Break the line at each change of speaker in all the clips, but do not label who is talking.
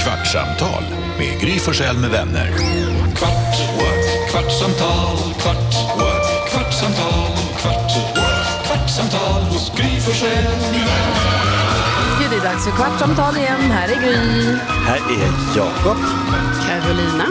Kvartsamtal med Gry Forssell med vänner. Kvart, what? kvartsamtal, kvart, what? kvartsamtal, kvart, what? kvartsamtal hos Gry Forssell med vänner.
Ja, det är dags för Kvartsamtal igen. Här är Gry.
Här är Jakob.
Carolina.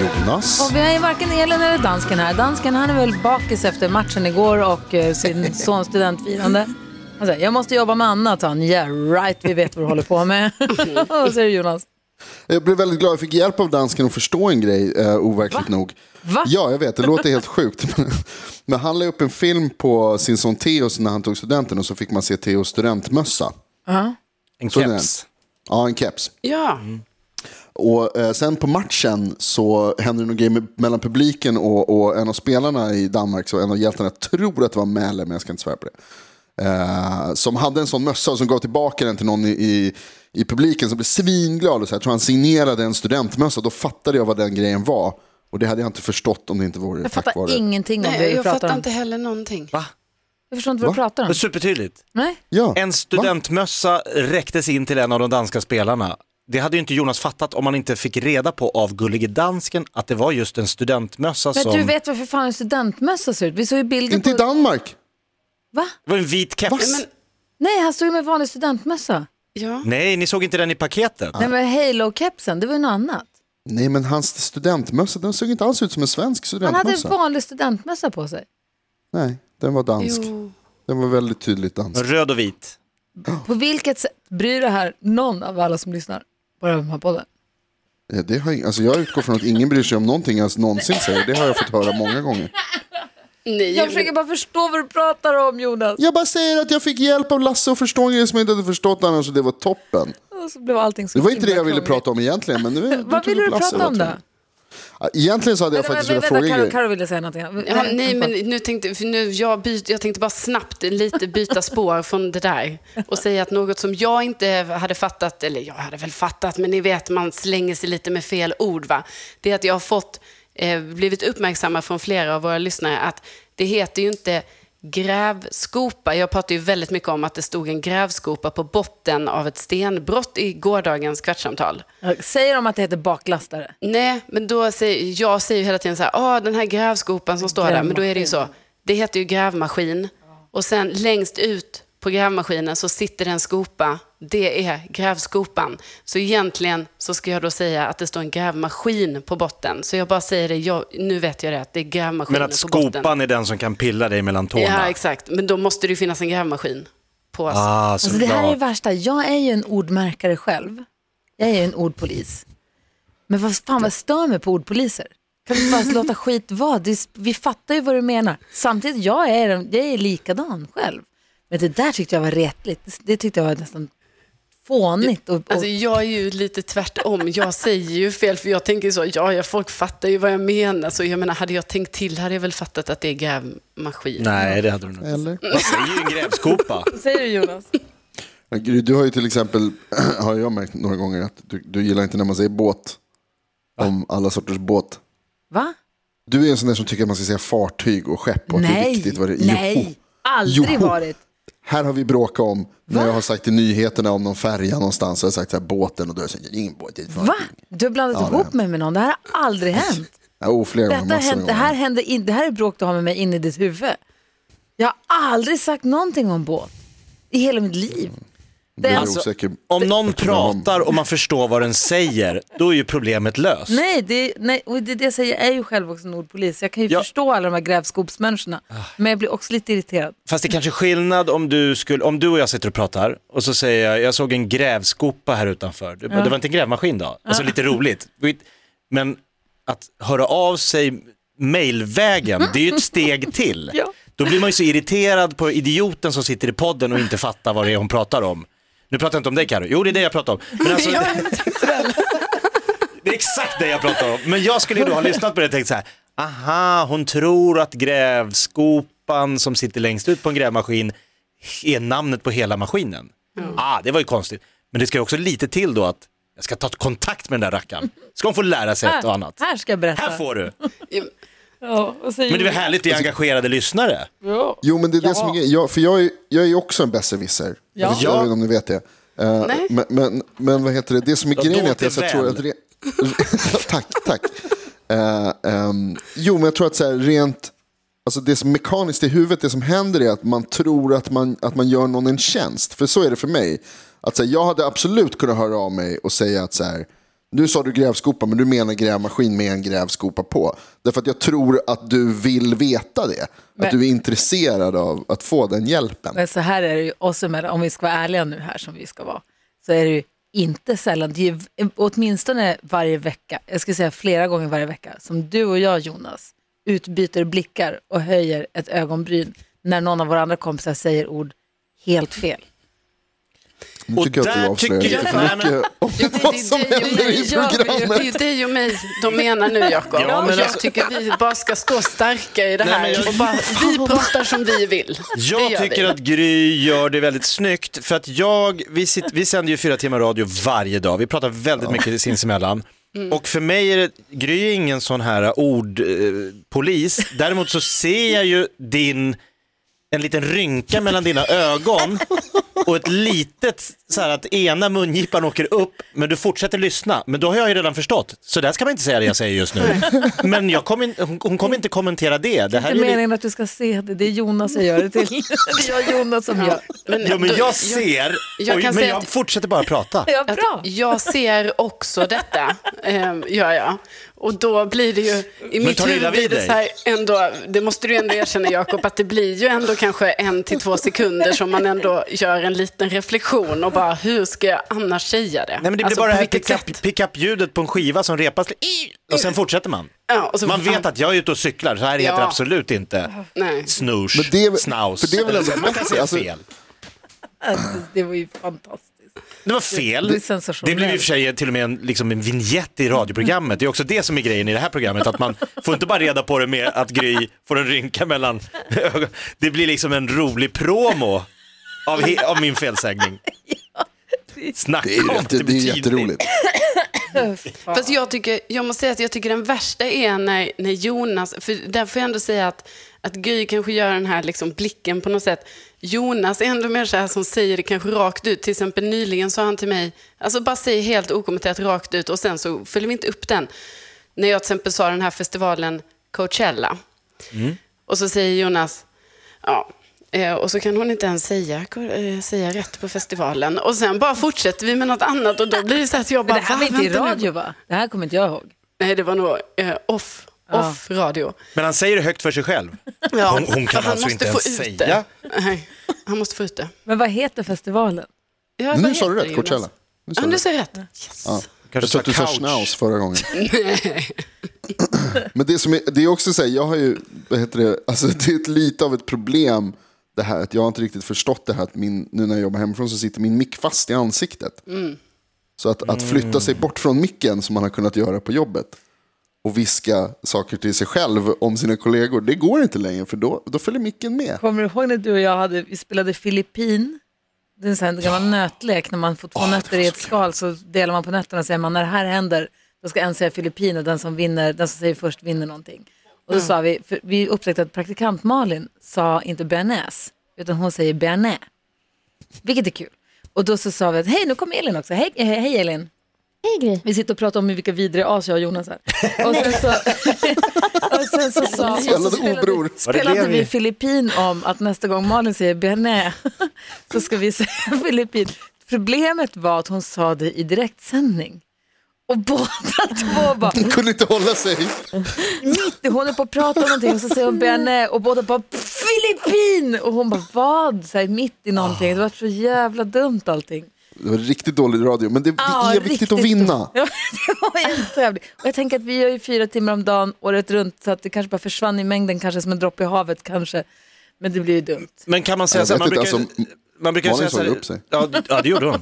Jonas.
Och vi har ju varken Elin eller dansken här. Dansken han är väl bakis efter matchen igår och eh, sin sons studentfirande. Han säger, jag måste jobba med annat. Han, yeah right, vi vet vad du håller på med.
Mm.
Vad säger du Jonas?
Jag blev väldigt glad, jag fick hjälp av dansken att förstå en grej, eh, overkligt nog.
Va?
Ja, jag vet, det låter helt sjukt. Men- Men han la upp en film på sin son Theos när han tog studenten och så fick man se Theos studentmössa.
En
Såg ni
keps. Mm.
den? Ja, en keps.
Ja,
Och eh, sen på matchen så hände det någon grej med, mellan publiken och, och en av spelarna i Danmark, så en av hjältarna, jag tror att det var Mäle, men jag ska inte svära på det. Eh, som hade en sån mössa och som gav tillbaka den till någon i, i, i publiken som blev svinglad. Och så här, jag tror han signerade en studentmössa, då fattade jag vad den grejen var. Och det hade jag inte förstått om det inte vore
Jag
tack vare...
fattar ingenting om det
Nej,
du
jag
pratar
fattar
om.
inte heller någonting.
Va?
Jag förstår inte vad du pratar
Det är
om.
supertydligt.
Nej,
Ja.
En studentmössa räcktes in till en av de danska spelarna. Det hade ju inte Jonas fattat om han inte fick reda på av Gullige Dansken att det var just en studentmössa
men
som...
du vet vad för fan en studentmössa ser ut. Vi såg ju
Va?
bilder
Inte i
på...
Danmark!
Va?
Det var en vit keps.
Va?
Nej, men,
Nej, han stod ju med vanlig studentmössa.
ja.
Nej, ni såg inte den i paketet.
Nej, men halo-kepsen, det var ju något annat.
Nej men hans studentmössa, den såg inte alls ut som en svensk
Han hade
studentmössa.
vanlig studentmössa på sig.
Nej, den var dansk.
Jo.
Den var väldigt tydligt dansk.
Röd och vit.
På vilket sätt bryr det här någon av alla som lyssnar på den här podden?
Ja, det har, jag- alltså jag utgår från att ingen bryr sig om någonting jag ens någonsin säger. Det har jag fått höra många gånger.
Nej,
Jag försöker bara förstå vad du pratar om Jonas.
Jag bara säger att jag fick hjälp av Lasse att förstå en grej som jag inte hade förstått annars och det var toppen.
Och så blev allting så
Det var inte det jag
himla
ville
krångligt.
prata om egentligen. Men det, det
Vad
tog
ville
upp
du
Lasse,
prata om
var
då?
tvungen. Egentligen så hade jag faktiskt velat fråga en
Karo,
grej.
Karo ville säga någonting.
Ja, nej, men nu tänkte, för nu, jag, by, jag tänkte bara snabbt lite byta spår från det där och säga att något som jag inte hade fattat, eller jag hade väl fattat, men ni vet man slänger sig lite med fel ord va. Det är att jag har fått, eh, blivit uppmärksamma från flera av våra lyssnare att det heter ju inte grävskopa. Jag pratade ju väldigt mycket om att det stod en grävskopa på botten av ett stenbrott i gårdagens kvartssamtal.
Säger de att det heter baklastare?
Nej, men då säger, jag säger ju hela tiden så här, ah, den här grävskopan som står där, men då är det ju så, det heter ju grävmaskin. Och sen längst ut på grävmaskinen så sitter en skopa, det är grävskopan. Så egentligen så ska jag då säga att det står en grävmaskin på botten. Så jag bara säger det, jag, nu vet jag det, att det är grävmaskinen
Men
på
att
botten.
skopan är den som kan pilla dig mellan tårna.
Ja, exakt. Men då måste det ju finnas en grävmaskin på oss.
ah,
Alltså, det här är det
såklart.
värsta. Jag är ju en ordmärkare själv. Jag är ju en ordpolis. Men vad fan vad stör mig på ordpoliser? Kan du bara låta skit vara? Det är, vi fattar ju vad du menar. Samtidigt, jag är, jag är likadan själv. Men det där tyckte jag var retligt. Det tyckte jag var nästan fånigt. Och, och,
Alltså jag är ju lite tvärtom. Jag säger ju fel för jag tänker så, ja, ja folk fattar ju vad jag menar. Så jag menar, hade jag tänkt till hade jag väl fattat att det är grävmaskin.
Nej, det hade du nog inte.
Eller?
Vad säger ju en grävskopa?
säger du Jonas?
Ja, Gry, Du har ju till exempel, har jag märkt några gånger, att du, du gillar inte när man säger båt. Om alla sorters båt.
Va?
Du är en sån där som tycker att man ska säga fartyg och skepp och att det är
Nej,
viktigt vad det är.
nej,
Jo.
aldrig
Joho.
varit.
Här har vi bråkat om, när jag har sagt i nyheterna om någon färja någonstans, så har jag sagt så här, båten och då har jag sagt, det är ingen båt, det är ett fartyg.
Va? Du har blandat ihop mig med någon. Det här har aldrig hänt.
Ja, oh, flera gånger,
Detta
massor
hänt,
med
det, här
gånger.
hände in, det här är bråk du har med mig in i ditt huvud. Jag har aldrig sagt någonting om båt i hela mitt liv.
Du är
Alltså,
osäker.
Om någon pratar och man förstår vad den säger, då är ju problemet löst.
Nej, det, nej och det, det jag säger jag är ju själv också en ordpolis. Jag kan ju
Ja.
förstå alla de här grävskopsmänniskorna. Men jag blir också lite irriterad.
Fast det är kanske är skillnad om du, skulle, om du och jag sitter och pratar och så säger jag, jag såg en grävskopa här utanför. Du, bara, Det var inte en grävmaskin då? Alltså lite roligt. Men att höra av sig mailvägen, det är ju ett steg till.
Ja.
Då blir man ju så irriterad på idioten som sitter i podden och inte fattar vad det är hon pratar om. Nu pratar jag inte om dig Karo. jo det är det jag pratar om. Men alltså, Det är exakt det jag pratar om. Men jag skulle ju då ha lyssnat på det och tänkt så här, aha, hon tror att grävskopan som sitter längst ut på en grävmaskin är namnet på hela maskinen. Ah, det var ju konstigt. Men det ska ju också lite till då att jag ska ta kontakt med den där rackaren. Ska hon få lära sig ett och
Här,
annat.
här ska jag berätta.
Här får du.
ja, vad säger
Men
du?
det är väl härligt, det är engagerade lyssnare.
Jo, men det är det som är grejen. jag, För jag är, jag är ju också en besserwisser.
Ja.
Jag vet inte om ni vet det. Eh,
Nej.
Men, men, men vad heter det, det som är
Ja,
grejen
dolt
är att jag
är
så här, tror
väl.
att... Re... tack, tack. Eh, ehm, jo, men jag tror att så här, rent... Alltså det som är mekaniskt i huvudet, det som händer är att man tror att man, att man gör någon en tjänst. För så är det för mig. Att så här, jag hade absolut kunnat höra av mig och säga att så här, nu sa du grävskopa men du menar grävmaskin med en grävskopa på. Därför att jag tror att du vill veta det.
Men-
Att du är intresserad av att få den hjälpen.
Men så här är det ju oss emellan, om vi ska vara ärliga nu här som vi ska vara, så är det ju inte sällan, det är ju åtminstone varje vecka, jag skulle säga flera gånger varje vecka, som du och jag Jonas utbyter blickar och höjer ett ögonbryn när någon av våra andra kompisar säger ord helt fel.
Nu tycker jag att
Och
du
där
avslöjar
tycker
lite
jag-
för
Nej, men-
mycket om
det
vad
är
som
dig och
händer
mig,
i
gör vi ju.
Det
programmet.
är ju dig och mig de menar nu, Jakob.
Ja, men
och jag
alltså-
tycker vi bara ska stå starka i det
Nej,
här.
men jag-
och bara, vi pratar som vi vill. det
Jag
gör
tycker
vi.
att Gry gör det väldigt snyggt för att jag, vi, sitter, vi sänder ju fyra timmar radio varje dag, vi pratar väldigt mycket sinsemellan.
Mm.
Och för mig är det, Gry är ingen sån här ordpolis, eh, polis. däremot så ser jag ju din, en liten rynka mellan dina ögon och ett litet, så här att ena mungipan åker upp men du fortsätter lyssna. Men då har jag ju redan förstått, så där ska man inte säga det jag säger just nu. Men jag kommer in, hon, hon kommer inte kommentera det. Det
Det
här är
är
ju lite-
meningen att du ska se det, det är Jonas jag gör det till. Det är jag Jonas som gör.
Men,
Ja, men
då-
jag ser,
jag
Oj, men
kan säga
jag
att-
fortsätter bara prata.
Ja,
Att
bra.
jag ser också detta, ehm, gör jag. Och då blir det ju, i mitt
tar du illa
huvud blir
vid
det
dig?
så här, ändå, det måste du ändå erkänna Jakob, att det blir ju ändå kanske en till två sekunder som man ändå gör en liten reflektion och bara, hur ska jag annars säga det?
Nej, men det blir
Alltså,
bara det
på
här
vilket
pickup-
sätt?
pickup-ljudet på en skiva som repas i- och sen fortsätter man.
Ja, och så-
Man vet att jag är ute och cyklar, så här heter det
Ja.
absolut inte
Nej.
snoosh,
Men det är väl-
snaus.
för det är väl ändå
man kan säga
alltså-
fel.
Det var ju fantastiskt.
Det var fel.
Det är sensationellt.
Det blev i och för sig till och med en, liksom en vignett i radioprogrammet. Det är också det som är grejen i det här programmet, att man får inte bara reda på det med att Gry får en rynka mellan ögonen. Det blir liksom en rolig promo av, he- av min felsägning. Snacka
Det är,
om
ju
att
jätte, det är
blir tydligt.
jätteroligt.
Fast jag, tycker, jag måste säga att jag tycker den värsta är när, när Jonas, för där får jag ändå säga att, att Gry kanske gör den här liksom blicken på något sätt. Jonas är ändå mer så här som säger det kanske rakt ut. Till exempel nyligen sa han till mig, alltså bara säg helt okommenterat rakt ut och sen så följer vi inte upp den. När jag till exempel sa den här festivalen Coachella.
Mm.
Och så säger Jonas, ja, eh, och så kan hon inte ens säga, eh, säga rätt på festivalen. Och sen bara fortsätter vi med något annat och då blir det så att jag
Men
bara,
det här var
"Va,
inte i
vänta nu."
radio va? Det här kommer inte jag ihåg.
Nej, det var nog eh, off,
Ja.
off radio.
Men han säger det högt för sig själv.
Ja.
Hon, hon kan
han
alltså
måste
inte
få
ens
ut
säga.
Det. Nej, han måste få ut det.
Men vad heter festivalen?
Ja,
Nu
vad
sa du
heter
rätt,
det,
Coachella.
Jonas?
Nu sa du
Ja, du
rätt.
sa rätt. Yes.
Jag tror att du sa
couch.
schnauz förra gången. Men det, som är, det är också så här, jag har ju, vad heter det, alltså det är ett, lite av ett problem det här att jag har inte riktigt förstått det här att min, nu när jag jobbar hemifrån så sitter min mick fast i ansiktet.
Mm.
Så att, att flytta sig bort från micken som man har kunnat göra på jobbet och viska saker till sig själv om sina kollegor, det går inte längre för då, då följer micken med.
Kommer du ihåg när du och jag hade, vi spelade Filippin? Det är en sån här gammal nötlek när man får två nötter i ett skal så delar man på nötterna och säger man när det här händer då ska en säga Filippin och den som vinner, den som säger först vinner någonting. Och då sa vi, för vi upptäckte att praktikant Malin sa inte bearnaise utan hon säger bearnaise. Vilket är kul. Och då så sa vi att hej nu kommer Elin också, hej, hej, hej Elin. Hej Gry. Vi sitter och pratar om vilka vidriga as jag och Jonas är. Och sen så, och sen så sa och så
Spelade obror.
spelade
det
vi
vi-
Filippin om att nästa gång Malin säger bearnaise så ska vi säga Filippin. Problemet var att hon sa det i direktsändning. Och båda två bara,
Jag kunde inte hålla sig.
mitt i, hon är på att prata om någonting och så säger hon bearnaise och båda bara Filippin! Och hon bara vad? Så här, mitt i någonting. Det var så jävla dumt allting.
Det var riktigt dålig radio, men det,
Ja,
Ah, det är viktigt att
riktigt
vinna.
Ja, det var en tävling. Och jag tänker att vi gör ju fyra timmar om dagen året runt så att det kanske bara försvann i mängden, kanske som en droppe i havet kanske. Men det blir ju dumt.
Men kan man säga
Jag
så här, man
vet
brukar,
inte, alltså,
man brukar
Malin
säga så här,
såg upp sig.
Ja, d- ja, det gjorde hon.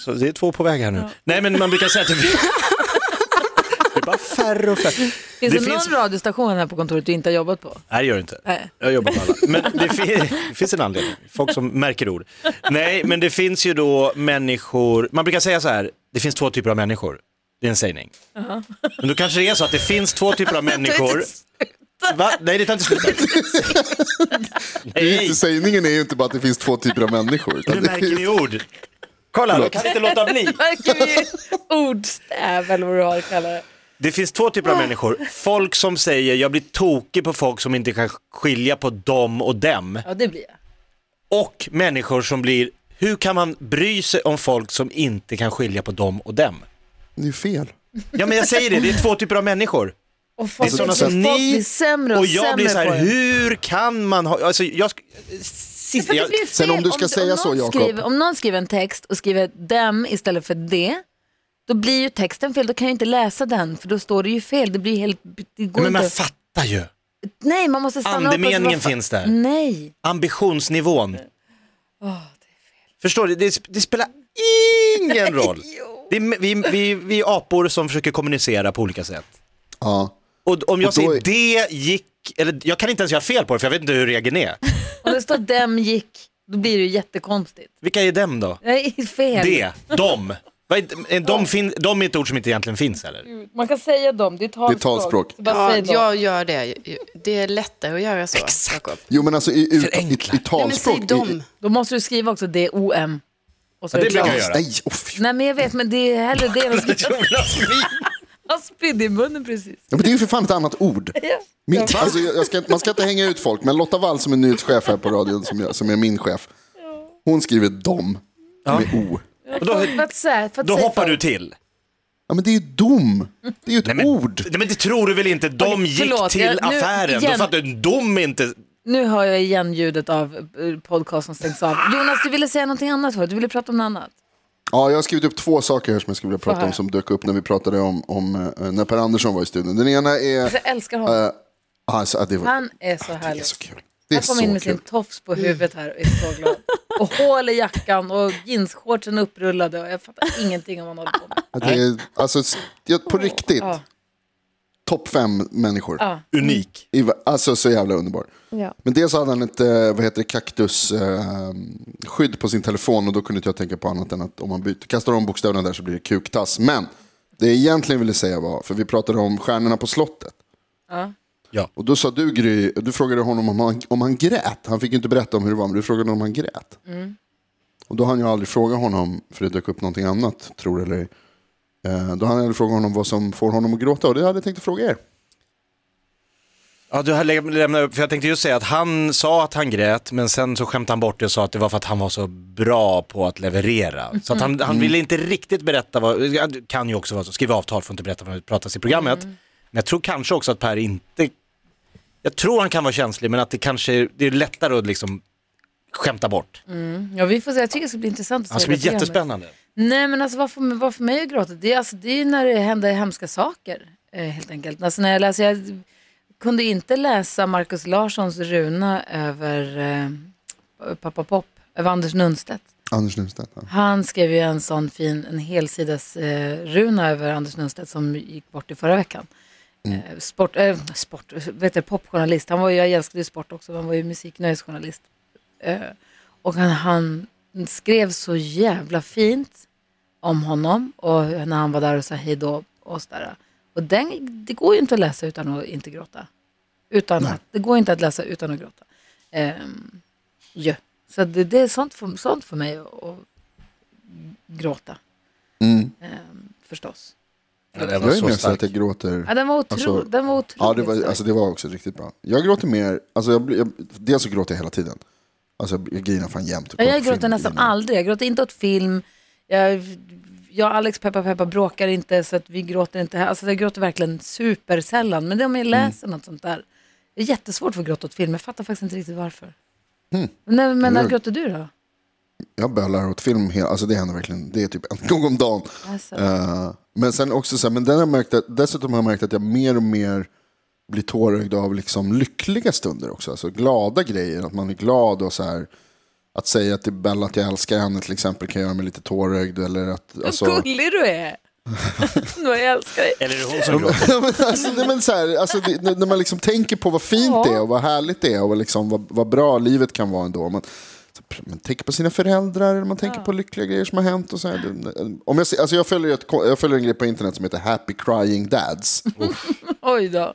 Så det är två på väg här nu. Nej, men man brukar säga att det, det är bara färre och färre.
Finns det,
det finns,
någon radiostation här på kontoret du inte har jobbat på?
Nej, det gör det inte.
Nej.
Jag jobbar med alla. Men det, fin, det finns en anledning. Folk som märker ord. Nej, men det finns ju då människor, man brukar säga så här, det finns två typer av människor. Det är en sägning. Men då kanske det är så att det finns två typer av människor. Va? Nej, det tar inte slut.
Det är
Nej.
inte, sägningen är ju inte bara att det finns två typer av människor. utan
Nu
det-
märker ni ord. Kolla, jag kan inte låta bli.
Verkar ju ordstäv eller vad du har att kalla det.
Det finns två typer
Ah.
av människor. Folk som säger jag blir tokig på folk som inte kan skilja på dem och dem.
Ja, det blir jag.
Och människor som blir, hur kan man bry sig om folk som inte kan skilja på dem och dem?
Det är ju fel.
Ja men jag säger det, det är två typer av människor.
Och folk,
Det är sådana
folk
som
blir
ni
sämre och,
och jag
sämre
blir så
på
här,
det.
hur kan man ha, alltså jag, sk-
För
sist,
det
jag
blir fel
Sen om du ska säga
någon
så, Jakob.
skriver- Om någon skriver en text och skriver dem istället för det, då blir ju texten fel. Då kan jag ju inte läsa den, för då står det ju fel. Det blir helt... Det går
men man
inte.
fattar ju.
Nej, man måste stanna upp.
Andemeningen
och så bara,
finns där.
Nej.
ambitionsnivån. Förstår du? Det, det spelar ingen roll. Det är, vi, vi, vi är apor som försöker kommunicera på olika sätt.
Ja.
Och om jag
då
säger
är-
det gick, eller jag kan inte ens göra fel på det för jag vet inte hur regeln är.
Om det står dem gick, då blir det ju jättekonstigt.
Vilka är dem då?
Nej, fel.
Det, dem. Vad är- är De, fin, de är ett ord som inte egentligen finns heller.
Man kan säga dem, det är talspråk.
talspråk.
Så bara
Ja,
säg dem.
jag gör det. Det är lättare att göra så, Jakob.
Jo men alltså i, i, i,
Förenkla.
i
Nej, men säg
talspråk. i- i-
dem.
Då måste du skriva också D-O-M. Och så är
Ja, det brukar
klart.
jag göra.
Nej, oh, fy-
Nej, men jag vet, men det är hellre det än att skriva.
Jonas Wik.
Han spydde i munnen precis.
ja, men det är ju för fan ett annat ord. Mitt, alltså, jag jag ska, man ska inte hänga ut folk, men Lotta Wall som är nyhetschef här på radion, som, jag, som är min chef, hon skriver dom med o.
Och då,
För att, så här, för att
då
säga
hoppar
folk.
du till.
Ja, men det är ju dom. Det är ju ett
Nej men,
ord.
nej, men det tror du väl inte? De
Okej,
gick
förlåt,
till
jag- nu
affären. Då
igen.
fattar du, de är inte...
Nu hör jag igen ljudet av eh, podcast som stängs av. Jonas, du ville säga någonting annat förut. Du ville prata om något annat.
Ja, jag har skrivit upp två saker här som jag skulle vilja prata
höra.
om som dök upp när vi pratade om, om eh, när Per Andersson var i studion. Den ena är...
Jag älskar honom.
eh, alltså, ah, det, var,
Han är så
det är
härlig.
så kul. Det är
Han kom in
så
med sin
kul.
tofs på huvudet här och är så glad. Och hål i jackan och jeansshortsen upprullade och jag fattar ingenting om vad han håller på med.
Att Det är, alltså, s- ja, på riktigt.
Ja.
Topp fem människor.
Mm. Unik.
I va- Alltså så jävla underbar.
Ja.
Men dels hade han ett eh, vad heter det, kaktusskydd på sin telefon och då kunde inte jag tänka på annat än att om man byter, kastar om bokstäverna där så blir det kuktass. Men det jag egentligen ville säga var, för vi pratade om Stjärnorna på slottet.
Ja.
Och då sa du Gry, du frågade honom om han, om han grät. Han fick ju inte berätta om hur det var, men du frågade om han grät. Och då hann jag aldrig fråga honom, för det dök upp någonting annat, tror det eller ej. Eh, Då hann jag aldrig fråga honom vad som får honom att gråta och det hade jag tänkt att fråga er.
Ja, du har lä- lämnat upp, för jag tänkte just säga att han sa att han grät, men sen så skämtade han bort det och sa att det var för att han var så bra på att leverera. Så att han, han ville inte riktigt berätta, vad, det kan ju också vara så, skriva avtal får inte berätta vad det pratas i programmet. Men jag tror kanske också att Per inte, jag tror han kan vara känslig, men att det kanske, det är lättare att liksom skämta bort.
Ja, vi får se. Jag tycker det ska bli intressant
Han
att se
ska bli
det programmet.
jättespännande.
Nej, men alltså vad får, mig- vad får mig att gråta? Det är, alltså, det är ju när det händer hemska saker, eh, helt enkelt. Alltså, när jag, läser, jag kunde inte läsa Markus Larssons runa över eh, Pappa Pop, över Anders Nunstedt.
Anders Nunstedt. ja.
Han skrev ju en sån fin, en helsidas eh, runa över Anders Nunstedt som gick bort i förra veckan. Eh, sport, eh, sport, vet du, popjournalist. Han var ju, jag älskade ju sport också, men han var ju musiknöjesjournalist. Eh, och han, han skrev så jävla fint om honom och när han var där och sa hej då och sådär. Och den, det går ju inte att läsa utan att inte gråta. Utan att, det går inte att läsa utan att gråta. Ehm, ja. Så det, det är sånt för, sånt för mig att, att gråta.
Mm.
Ehm, förstås.
Ja, det var
Jag är
så
med så
starkt.
att jag gråter.
Ja, den var, otro,
Alltså,
den var otroligt
Ja, det var,
stark.
alltså, det var också riktigt bra. Jag gråter mer, alltså, jag, blir- jag, dels så gråter jag hela tiden. Alltså, jag grinar fan jämt. och
Ja,
kollar
jag
på
gråter
film
nästan
innan.
aldrig. Jag gråter inte åt film. Jag, jag och Alex Peppa Peppa bråkar inte så att vi gråter inte. här. Alltså jag gråter verkligen supersällan. Men det är
Mm.
om jag läser något sånt där. Det är jättesvårt för att gråta åt film. Jag fattar faktiskt inte riktigt varför. Nej, men när
Mm.
gråter du då?
Jag bölar åt film, hela, alltså, det händer verkligen. Det är typ en gång om dagen.
Alltså.
Eh, men sen också så här, men den har jag märkt att, dessutom har jag märkt att jag mer och mer blir tårögd av liksom lyckliga stunder också. Alltså glada grejer, att man är glad och så här. Att säga till Bella att jag älskar henne till exempel kan göra mig lite tårögd. Eller att, alltså,
Vad gullig du är. Vad jag älskar dig.
Eller är det hon som gråter?
Ja, men alltså, nej, men så här, alltså, det, när- när man liksom tänker på vad fint det är och vad härligt det är och vad, liksom, vad, vad bra livet kan vara ändå. Man, så, pr- man tänker på sina föräldrar, eller man tänker på lyckliga grejer som har hänt. Och så här. Det- Om jag, ser- alltså, jag, följer ett, ko- jag följer en grej på internet som heter Happy Crying Dads.
Oj då.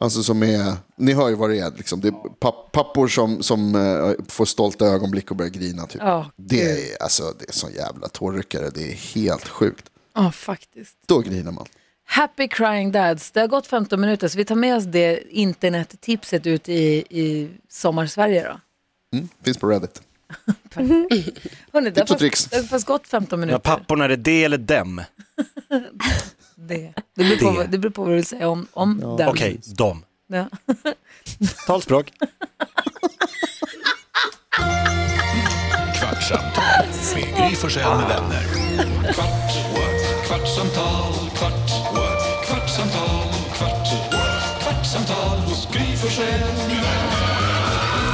Alltså som är, ni hör ju vad det är. Liksom. Det är papp, pappor som, som eh, får stolta ögonblick och börjar grina. Typ.
Ja,
det, är, alltså, det är sån jävla tårryckare. Det är helt sjukt.
Ja, faktiskt.
Då grinar man.
Happy Crying Dads. Det har gått 15 minuter så vi tar med oss det internettipset ut i, i sommarsverige då.
Mm, finns på Reddit.
Hörrni, det, har
Tips och
fast,
tricks.
det har fast gått 15
Ja,
minuter.
papporna, är det det eller dem?
Det, det, beror på,
Det.
vad- det beror på vad du vill säga om, om den.
Okej, dem.
Ja.
Talspråk.
Kvartsamtal med Gry Forssell med vänner. Kvart, what? kvartsamtal, kvart, what? kvartsamtal, kvart, what? kvartsamtal hos Gry Forssell med vänner.